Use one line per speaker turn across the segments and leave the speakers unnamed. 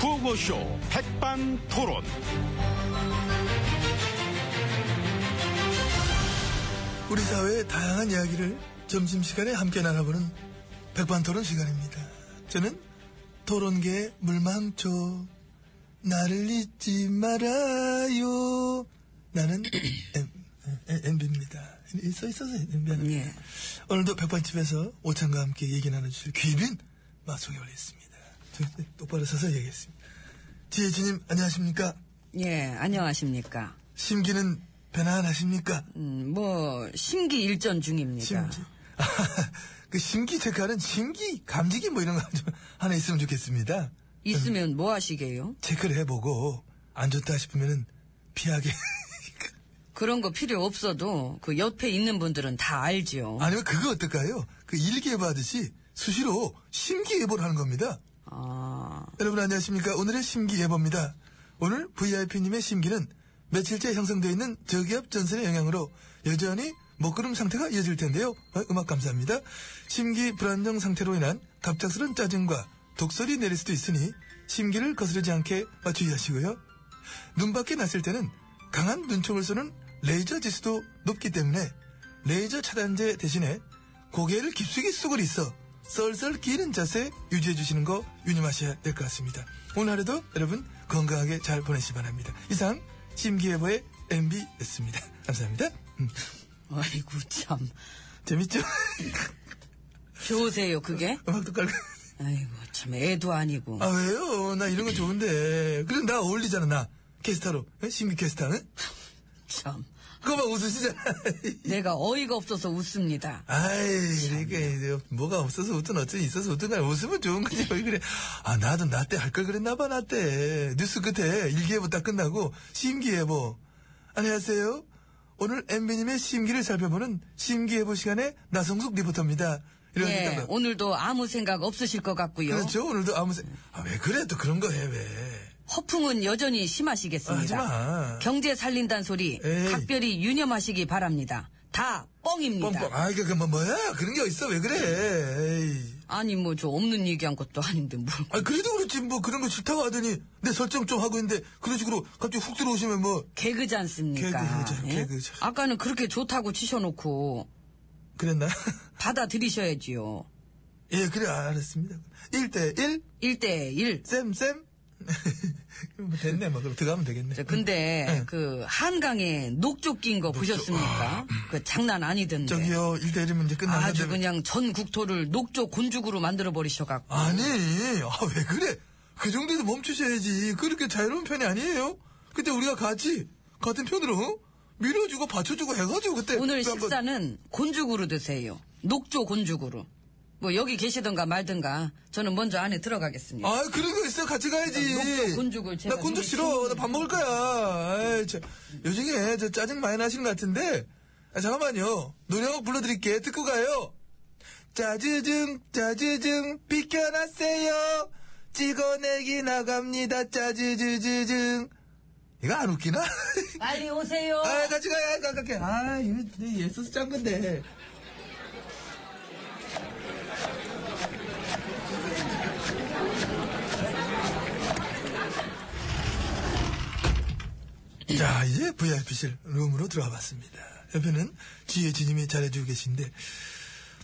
구호쇼 백반토론.
우리 사회의 다양한 이야기를 점심시간에 함께 나눠보는 백반토론 시간입니다. 저는 토론계의 물망초. 나를 잊지 말아요. 나는 MB입니다. 써 있어서 MB입니다.
예.
오늘도 백반집에서 오찬과 함께 얘기 나눠주실 귀빈 마속에 올렸습니다. 저 똑바로 서서 얘기했습니다. 지혜진님 안녕하십니까?
예, 안녕하십니까.
심기는 변환하십니까?
음, 뭐, 심기 일전 중입니다.
심기. 그 심기 체크하는 심기 감지기 뭐 이런 거 좀 하나 있으면 좋겠습니다.
있으면 뭐 하시게요?
체크를 해보고 안 좋다 싶으면은 피하게.
그런 거 필요 없어도 그 옆에 있는 분들은 다 알지요.
아니면 그거 어떨까요? 그 일기예보 하듯이 수시로 심기예보를 하는 겁니다.
아,
여러분 안녕하십니까? 오늘의 심기예보입니다. 오늘 VIP님의 심기는 며칠째 형성되어 있는 저기압 전선의 영향으로 여전히 먹구름 상태가 이어질 텐데요. 어, 음악 감사합니다. 심기 불안정 상태로 인한 갑작스런 짜증과 독설이 내릴 수도 있으니 심기를 거스르지 않게 주의하시고요. 눈밖에 났을 때는 강한 눈총을 쏘는 레이저 지수도 높기 때문에 레이저 차단제 대신에 고개를 깊숙이 숙을 있어 썰썰 끼는 자세 유지해 주시는 거 유념하셔야 될 것 같습니다. 오늘 하루도 여러분 건강하게 잘 보내시기 바랍니다. 이상 심기예보의 MB였습니다. 감사합니다. 음,
아이고, 참.
재밌죠?
교세요, 그게?
음악도 깔고.
아이고, 참, 애도 아니고.
아 왜요? 나 이런 거 좋은데. 그래 나 어울리잖아 나. 캐스터로. 에? 심기 캐스터는?
참.
그거 막 웃으시잖아.
내가 어이가 없어서 웃습니다.
아이, 그러니까 이제 뭐가 없어서 웃든 어쩌든 있어서 웃든 간에 웃으면 좋은 거지. 왜 그래? 아, 나도 나 때 할 걸 그랬나 봐, 나 때. 뉴스 끝에 일기예보 딱 끝나고 심기예보. 안녕하세요. 오늘 MB님의 심기를 살펴보는 심기예보 시간에 나성숙 리포터입니다. 이런
예,
식으로.
오늘도 아무 생각 없으실 것 같고요.
그렇죠. 오늘도 아무 생, 아, 왜 그래? 또 그런 거 해, 왜.
허풍은 여전히 심하시겠습니다.
아, 하지마.
경제 살린단 소리
에이.
각별히 유념하시기 바랍니다. 다 뻥입니다.
뻥뻥. 아, 이게 그, 뭐, 뭐야? 그런 게 어딨어? 왜 그래? 에이.
아니 뭐 저 없는 얘기한 것도 아닌데 뭘.
아 그래도 그렇지 뭐 그런 거 싫다고 하더니 내 설정 좀 하고 있는데 그런 식으로 갑자기 훅 들어오시면 뭐
개그지 않습니까? 예?
개그죠, 개그죠.
아까는 그렇게 좋다고 치셔놓고
그랬나?
받아들이셔야지요.
예 그래 아, 알았습니다. 1대1
1대1.
쌤쌤 뭐 됐네 뭐 그럼 들어가면 되겠네.
근데 그 한강에 녹조 낀 거 보셨습니까? 그 장난 아니던데.
아. 저기요 1대1이면 이제 끝나는데
아주 그냥 전 국토를 녹조 곤죽으로 만들어 버리셔갖고.
아니 아 왜 그래 그 정도에서 멈추셔야지 그렇게 자유로운 편이 아니에요. 그때 우리가 같이 같은 편으로 어? 밀어주고 받쳐주고 해가지고 그때
오늘
그 한번-
식사는 곤죽으로 드세요. 녹조 곤죽으로. 뭐 여기 계시던가 말든가 저는 먼저 안에 들어가겠습니다. 그러니까
아, 그런 거 있어. 같이 가야지.
녹조 곤죽을 제가 음.
나 곤죽
눈에
싫어. 나 밥 먹을 거야. 아이, 저, 요즘에 저 짜증 많이 나시는 것 같은데. 아, 잠깐만요. 노래 한곡 불러드릴게. 듣고 가요. 짜즈증, 짜즈증, 비켜놨어요. 찍어내기 나갑니다. 짜즈즈즈증. 이거 안 웃기나?
빨리 오세요.
아, 같이 가요. 가, 가, 가. 아, 이거 내 예스 짠 건데. 자, 이제 VIP실 룸으로 들어와 봤습니다. 옆에는 지혜진님이 잘해주고 계신데,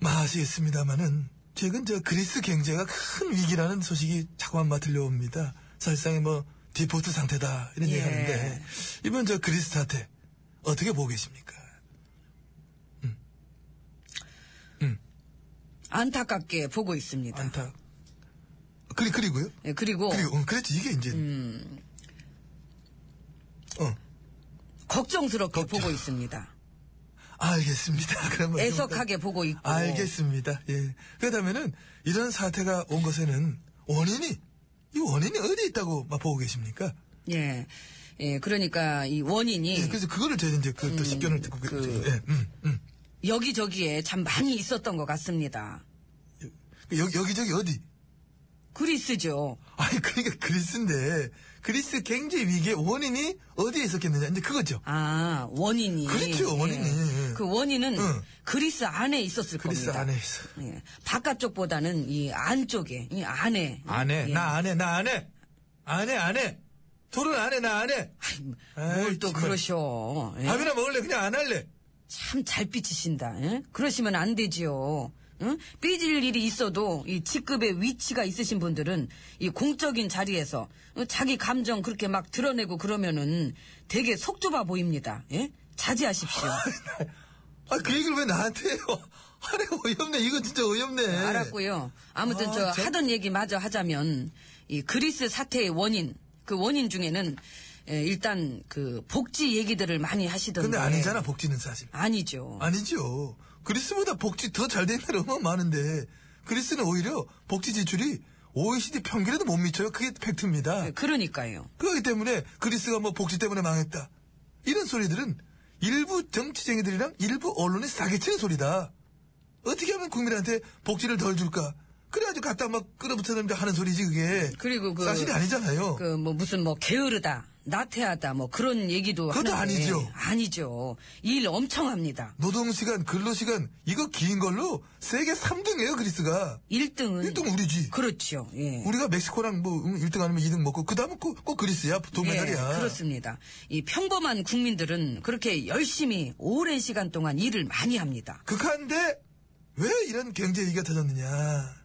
마시겠습니다만은, 최근 저 그리스 경제가 큰 위기라는 소식이 자꾸만 들려옵니다. 사실상 뭐, 디포트 상태다, 이런
예.
얘기 하는데, 이번 저 그리스 사태, 어떻게 보고 계십니까?
안타깝게 보고 있습니다.
안타. 그리, 그리고요?
예, 그리고
그리고, 어, 그랬지, 이게 이제.
음.
어,
걱정스럽게 보고 있습니다.
알겠습니다. 그럼 뭐 어,
애석하게 보고 있고.
알겠습니다. 예. 그렇다면은 이런 사태가 온 것에는 원인이 이 원인이 어디 있다고 막 보고 계십니까?
예. 예, 그러니까 이 원인이
예, 그래서 그거를 저희 이제 그 또 식견을 듣고
그-
계시죠. 예, 음, 음.
여기저기에 참 많이 있었던 것 같습니다.
그 여, 여기저기 어디?
그리스죠.
아니 그러니까 그리스인데 그리스 경제 위기의 원인이 어디에 있었겠느냐 이제 그거죠.
아, 원인이.
그렇죠, 원인이.
예. 그 원인은
응.
그리스 안에 있었을
그리스
겁니다.
안에 있어.
예. 바깥쪽보다는 이 안쪽에, 이 안에.
안해,
예.
나 안해, 나 안해. 안 해, 안 해. 토론 안 해, 나 안 해.
뭐, 뭘 또
정말.
그러셔. 예?
밥이나 먹을래, 그냥 안 할래.
참 잘 삐치신다. 예? 그러시면 안 되지요. 응? 삐질 일이 있어도 이 직급의 위치가 있으신 분들은 이 공적인 자리에서 어, 자기 감정 그렇게 막 드러내고 그러면은 되게 속 좁아 보입니다. 예? 자제하십시오.
아, 그 얘기를 왜 나한테 해요? 아니, 어이없네. 이거 진짜 어이없네.
알았고요. 아무튼
아,
저
참.
하던 얘기 마저 하자면 이 그리스 사태의 원인 그 원인 중에는 예, 일단 그 복지 얘기들을 많이 하시던데.
근데 아니잖아, 복지는 사실.
아니죠.
아니죠. 그리스보다 복지 더 잘 된 나라 얼마나 많은데. 그리스는 오히려 복지 지출이 OECD 평균에도 못 미쳐요. 그게 팩트입니다.
예, 그러니까요.
그렇기 때문에 그리스가 뭐 복지 때문에 망했다. 이런 소리들은 일부 정치쟁이들이랑 일부 언론이 사기치는 소리다. 어떻게 하면 국민한테 복지를 덜 줄까? 그래가지고 갖다 막 끌어붙여는데 하는 소리지 그게.
그리고 그-
사실이 아니잖아요.
그 뭐 무슨 뭐 게으르다, 나태하다 뭐 그런 얘기도
그것도
하는데
아니죠.
아니죠. 일 엄청 합니다.
노동시간, 근로시간 이거 긴 걸로 세계 3등이에요 그리스가.
1등은
1등 우리지.
그렇죠. 예.
우리가 멕시코랑 뭐 1등 아니면 2등 먹고 그 다음은 꼭, 꼭 그리스야 동메달이야.
예, 그렇습니다. 이 평범한 국민들은 그렇게 열심히 오랜 시간 동안 일을 많이 합니다.
극한데 왜 이런 경제 위기가 터졌느냐.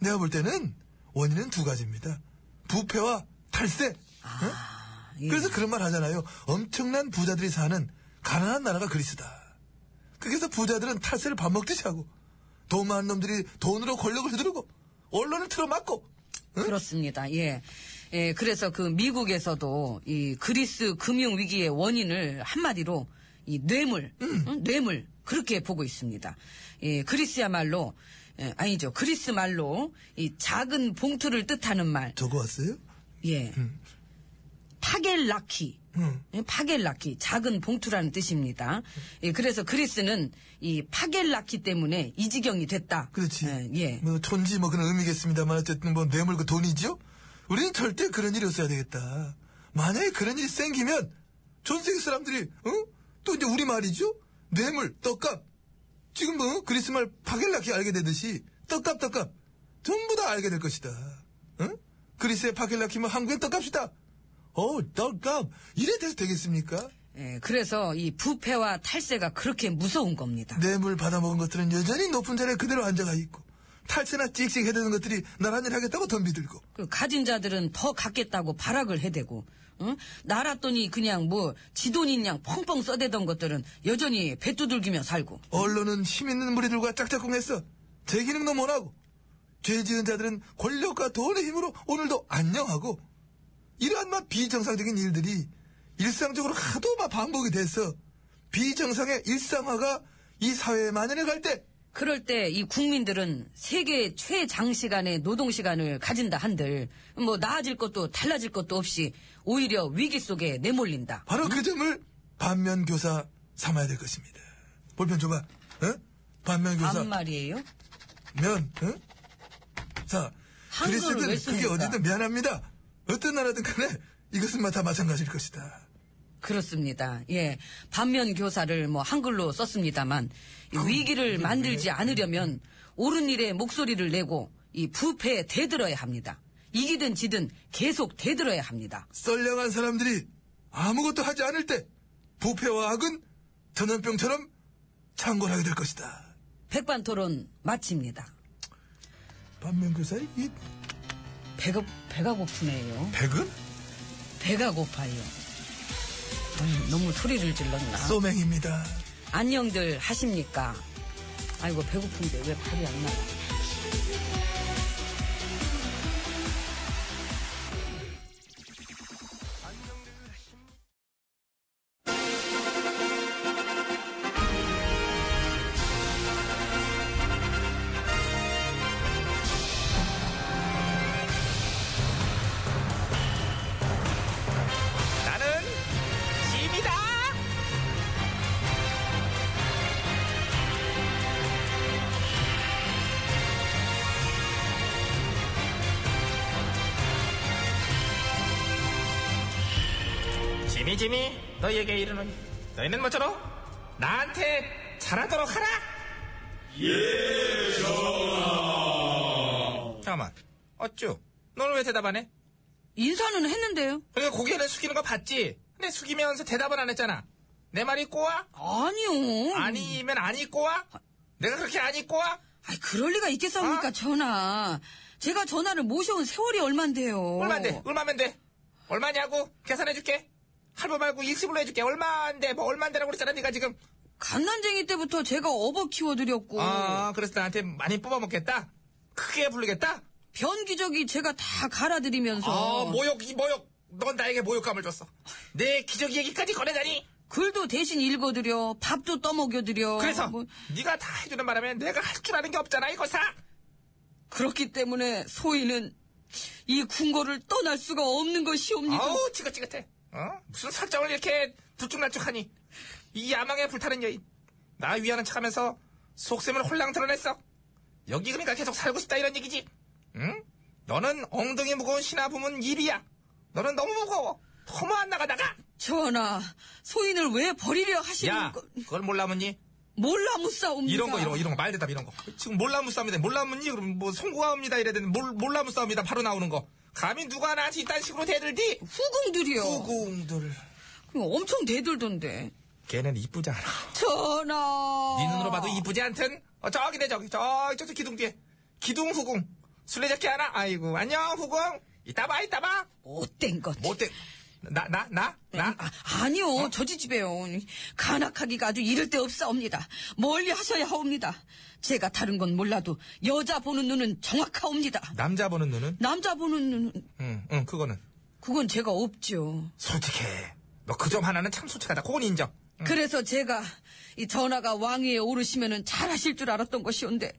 내가 볼 때는 원인은 두 가지입니다. 부패와 탈세. 응?
예.
그래서 그런 말 하잖아요. 엄청난 부자들이 사는 가난한 나라가 그리스다. 그래서 부자들은 탈세를 밥 먹듯이 하고 돈 많은 놈들이 돈으로 권력을 휘두르고 언론을 틀어막고
그렇습니다. 예. 예, 그래서 그 미국에서도 이 그리스 금융 위기의 원인을 한마디로 이 뇌물, 응? 뇌물 그렇게 보고 있습니다. 예, 그리스야말로 예, 아니죠. 그리스 말로 이 작은 봉투를 뜻하는 말.
저거 왔어요?
예. 파겔라키.
응.
예, 파겔라키, 작은 봉투라는 뜻입니다. 예, 그래서 그리스는 이 파겔라키 때문에 이 지경이 됐다.
그렇지.
예, 예.
뭐 촌지 뭐 그런 의미겠습니다만 어쨌든 뭐 뇌물 그 돈이죠. 우리는 절대 그런 일이 없어야 되겠다. 만약에 그런 일이 생기면 전 세계 사람들이 어? 또 이제 우리 말이죠. 뇌물 떡값 지금 뭐 그리스말 파겔라키 알게 되듯이 떡값 떡값 전부 다 알게 될 것이다. 응? 그리스의 파겔라키 뭐 한국의 떡값이다. 어 떡값 이래 돼서 되겠습니까?
예, 그래서 이 부패와 탈세가 그렇게 무서운 겁니다.
뇌물 받아먹은 것들은 여전히 높은 자리에 그대로 앉아가 있고 탈세나 찍찍 해대는 것들이 나란 일 하겠다고 덤비들고
그 가진 자들은 더 갖겠다고 발악을 해대고, 응? 나라 돈이 그냥 뭐, 지돈인 양 펑펑 써대던 것들은 여전히 배 두들기며 살고.
언론은 힘 있는 무리들과 짝짝꿍했어. 제 기능도 못하고 죄 지은 자들은 권력과 돈의 힘으로 오늘도 안녕하고 이러한 막 비정상적인 일들이 일상적으로 하도 막 반복이 돼서 비정상의 일상화가 이 사회에 만연해 갈 때
그럴 때 이 국민들은 세계 최장시간의 노동시간을 가진다 한들, 뭐, 나아질 것도 달라질 것도 없이 오히려 위기 속에 내몰린다.
바로 그 점을 반면교사 삼아야 될 것입니다. 볼펜 줘봐. 응? 반면교사.
반말이에요?
면, 응? 자,
한글을
그리스든
왜
그게
씁니까?
어디든 미안합니다. 어떤 나라든 간에 이것은 다 마찬가지일 것이다.
그렇습니다. 예. 반면 교사를 뭐 한글로 썼습니다만 이 위기를 만들지 않으려면 옳은 일에 목소리를 내고 이 부패에 대들어야 합니다. 이기든 지든 계속 대들어야 합니다.
썰렁한 사람들이 아무것도 하지 않을 때 부패와 악은 전염병처럼 창궐하게 될 것이다.
백반 토론 마칩니다.
반면교사 이
배가 배가 고프네요.
백은
배가 고파요. 아유, 너무 소리를 질렀나.
소맹입니다.
안녕들 하십니까? 아이고 배고픈데 왜 밥이 안 나와?
나는 짐이다.
지미 지미 너희에게 이르노니 너희는 모쪼록 나한테 잘하도록 하라. 예 전하. 잠깐만 어쭈 너는 왜 대답 안 해?
인사는 했는데요.
그러니까 고개를 숙이는 거 봤지? 근데 숙이면서 대답은 안 했잖아. 내 말이 꼬아?
아니요.
아니면 아니 꼬아? 내가 그렇게 아니 꼬아?
아이, 그럴 리가 있겠습니까,
아?
전화. 제가 전화를 모셔온 세월이 얼만데요.
얼마인데? 얼마면 돼? 얼마냐고? 계산해줄게. 할부 말고 일시불로 해줄게. 얼마인데? 뭐 얼마인데라고 그랬잖아, 네가 지금.
갓난쟁이 때부터 제가 업어 키워드렸고.
아, 그래서 나한테 많이 뽑아먹겠다? 크게 부르겠다?
변기저기 제가 다 갈아드리면서.
아, 모욕, 이 모욕. 넌 나에게 모욕감을 줬어. 내 기저귀 얘기까지 꺼내다니.
글도 대신 읽어드려. 밥도 떠먹여드려.
그래서
뭐,
네가 다 해주는 바람에 내가 할 줄 아는 게 없잖아, 이거사.
그렇기 때문에 소희는 이 궁궐을 떠날 수가 없는 것이옵니다.
아우, 지긋지긋해. 어? 무슨 설정을 이렇게 들쭉날쭉하니. 이 야망에 불타는 여인. 나 위하는 척하면서 속셈을 홀랑 드러냈어. 여기 그러니까 계속 살고 싶다 이런 얘기지. 응? 너는 엉덩이 무거운 신하 부문 1위야. 너는 너무 무거워. 허무 안 나가 나가.
전하, 소인을 왜 버리려 하시는
야,
거,
그걸 몰라문니?
몰라 무싸웁니다.
이런 거, 이런 거, 이런 거, 말대답 이런 거. 지금 몰라무 싸움이다. 몰라무니? 그럼 뭐, 송구합니다. 이래야 되는 몰, 몰라무 싸움이다. 바로 나오는 거. 감히 누가 나한테 이딴 식으로 대들디?
후궁들이요.
후궁들.
그거 엄청 대들던데.
걔는 이쁘지 않아.
전하.
네 눈으로 봐도 이쁘지 않든? 어, 저기네, 저기. 저기, 저기, 기둥 뒤에. 기둥 후궁. 술래잡기 하나? 아이고, 안녕, 후궁. 이따 봐, 이따 봐.
못된 것.
못돼. 어? 나, 나, 나, 나.
아, 아니요, 저지집에요. 간악하기가 아주 이를 데 없사옵니다. 멀리 하셔야 하옵니다. 제가 다른 건 몰라도 여자 보는 눈은 정확하옵니다.
남자 보는 눈은?
남자 보는 눈은
응, 응, 그거는.
그건 제가 없죠.
솔직해. 너 그 점 하나는 참 솔직하다. 그건 인정.
그래서 제가 이 전화가 왕위에 오르시면은 잘하실 줄 알았던 것이온데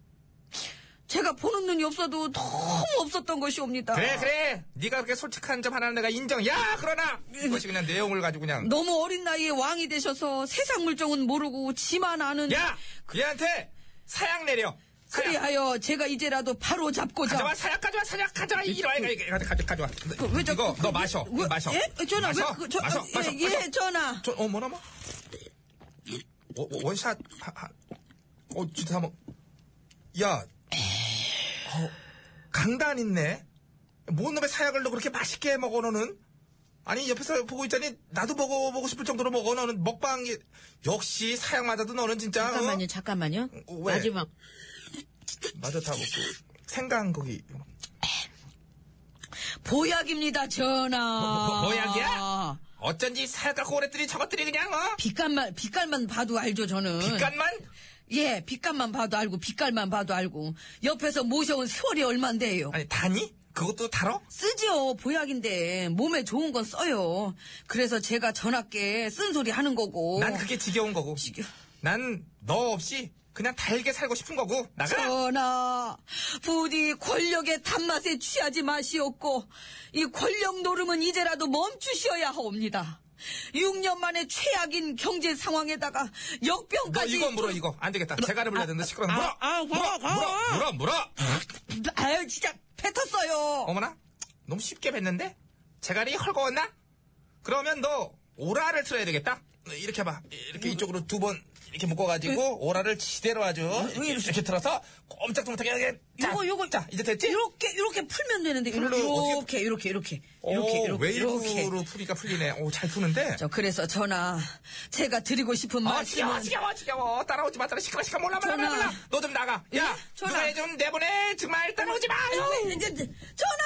제가 보는 눈이 없어도 너무 없었던 것이옵니다.
그래 그래 네가 그렇게 솔직한 점 하나는 내가 인정 야 그러나 이것이 그냥 내용을 가지고 그냥
너무 어린 나이에 왕이 되셔서 세상 물정은 모르고 지만 아는
야 얘한테 사약 내려 사약
그리하여 제가 이제라도 바로 잡고자
가져와 사약 가져와 사약 가져와 이리 와 이거 이거 이거 가져 가져와
그, 왜 저-
이거 너 마셔
왜-
이거 마셔
예? 전화
마셔
왜 그- 저-
마셔
아,
마셔
예,
마셔.
예, 전화
저, 어 뭐나 뭐 원- 원- 원샷 하, 하. 어 진짜 한번 야 어, 강단 있네 뭔 놈의 사약을 너 그렇게 맛있게 먹어 너는 아니 옆에서 보고 있자니 나도 먹어보고 싶을 정도로 먹어 너는 먹방이 역시 사약마다도 너는 진짜
잠깐만요, 잠깐만요.
어, 왜?
마지막.
맞아 다 먹고 생강 거기
보약입니다 전하
뭐- 뭐- 보약이야? 어쩐지 사약 갖고 오랬더니 저것들이 그냥 어
빛깔만 빛깔만 봐도 알죠 저는
빛깔만
예 빛깔만 봐도 알고 빛깔만 봐도 알고 옆에서 모셔온 세월이 얼만데요
아니 다니 그것도 달어
쓰지요 보약인데 몸에 좋은 건 써요 그래서 제가 전학께 쓴소리 하는 거고
난 그게 지겨운 거고.
지겨-
난 너 없이 그냥 달게 살고 싶은 거고. 나가.
전하 부디 권력의 단맛에 취하지 마시옵고 이 권력 노름은 이제라도 멈추셔야 하옵니다 6년 만에 최악인 경제 상황에다가
너
역병까지
이거 물어 이거. 안 되겠다. 제가를 불러야 되는데 시끄러. 워 물어.
아,
물어.
와, 와, 와.
물어. 물어. 물어.
아유 진짜 뱉었어요
어머나. 너무 쉽게 뵀는데? 제갈이 헐거웠나? 그러면 너 오라를 틀어야 되겠다. 이렇게 봐.
뭐,
이렇게 이쪽으로 두 번 이렇게
그
묶어가지고 오라를 지대로 아주 이렇게, 이렇게 틀어서 꼼짝도 못하게 이렇게 자,
요거, 요거.
자 이제 됐지?
이렇게 이렇게 풀면 되는데
풀로
이렇게
어떻게-
이렇게 이렇게 이렇게
오,
이렇게 이렇게 이렇게
웨이브로 풀이가 풀리네. 오 잘 푸는데.
저 그래서 전하 제가 드리고 싶은
아,
말씀은
지겨워, 지겨워, 지겨워. 어, 따라오지 마, 따라 시끄러, 시끄러. 몰라, 몰라, 몰라,
전화. 예?
몰라. 너 좀 나가. 야,
전화.
누가 좀 내보내. 정말 따라오지 마.
아유, 이제, 이제, 전하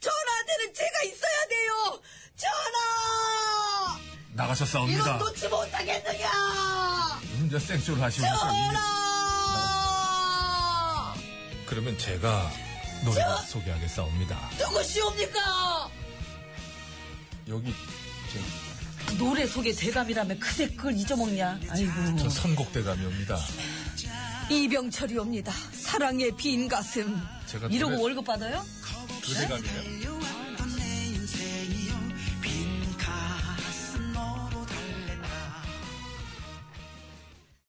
전하한테는 제가 있어야 돼요 전하 이건
나가셨사옵니다.
놓지 못하겠느냐
혼자 생쇼를 하시고
전하
그러면 제가 노래를 소개하겠사옵니다.
누구시옵니까
여기
노래 속에 대감이라면 그새 그걸 잊어먹냐 아이고
저 선곡대감이옵니다.
아,
이병철이옵니다 사랑의 빈 가슴
제가
이러고
노래-
월급 받아요?
노래감이에요.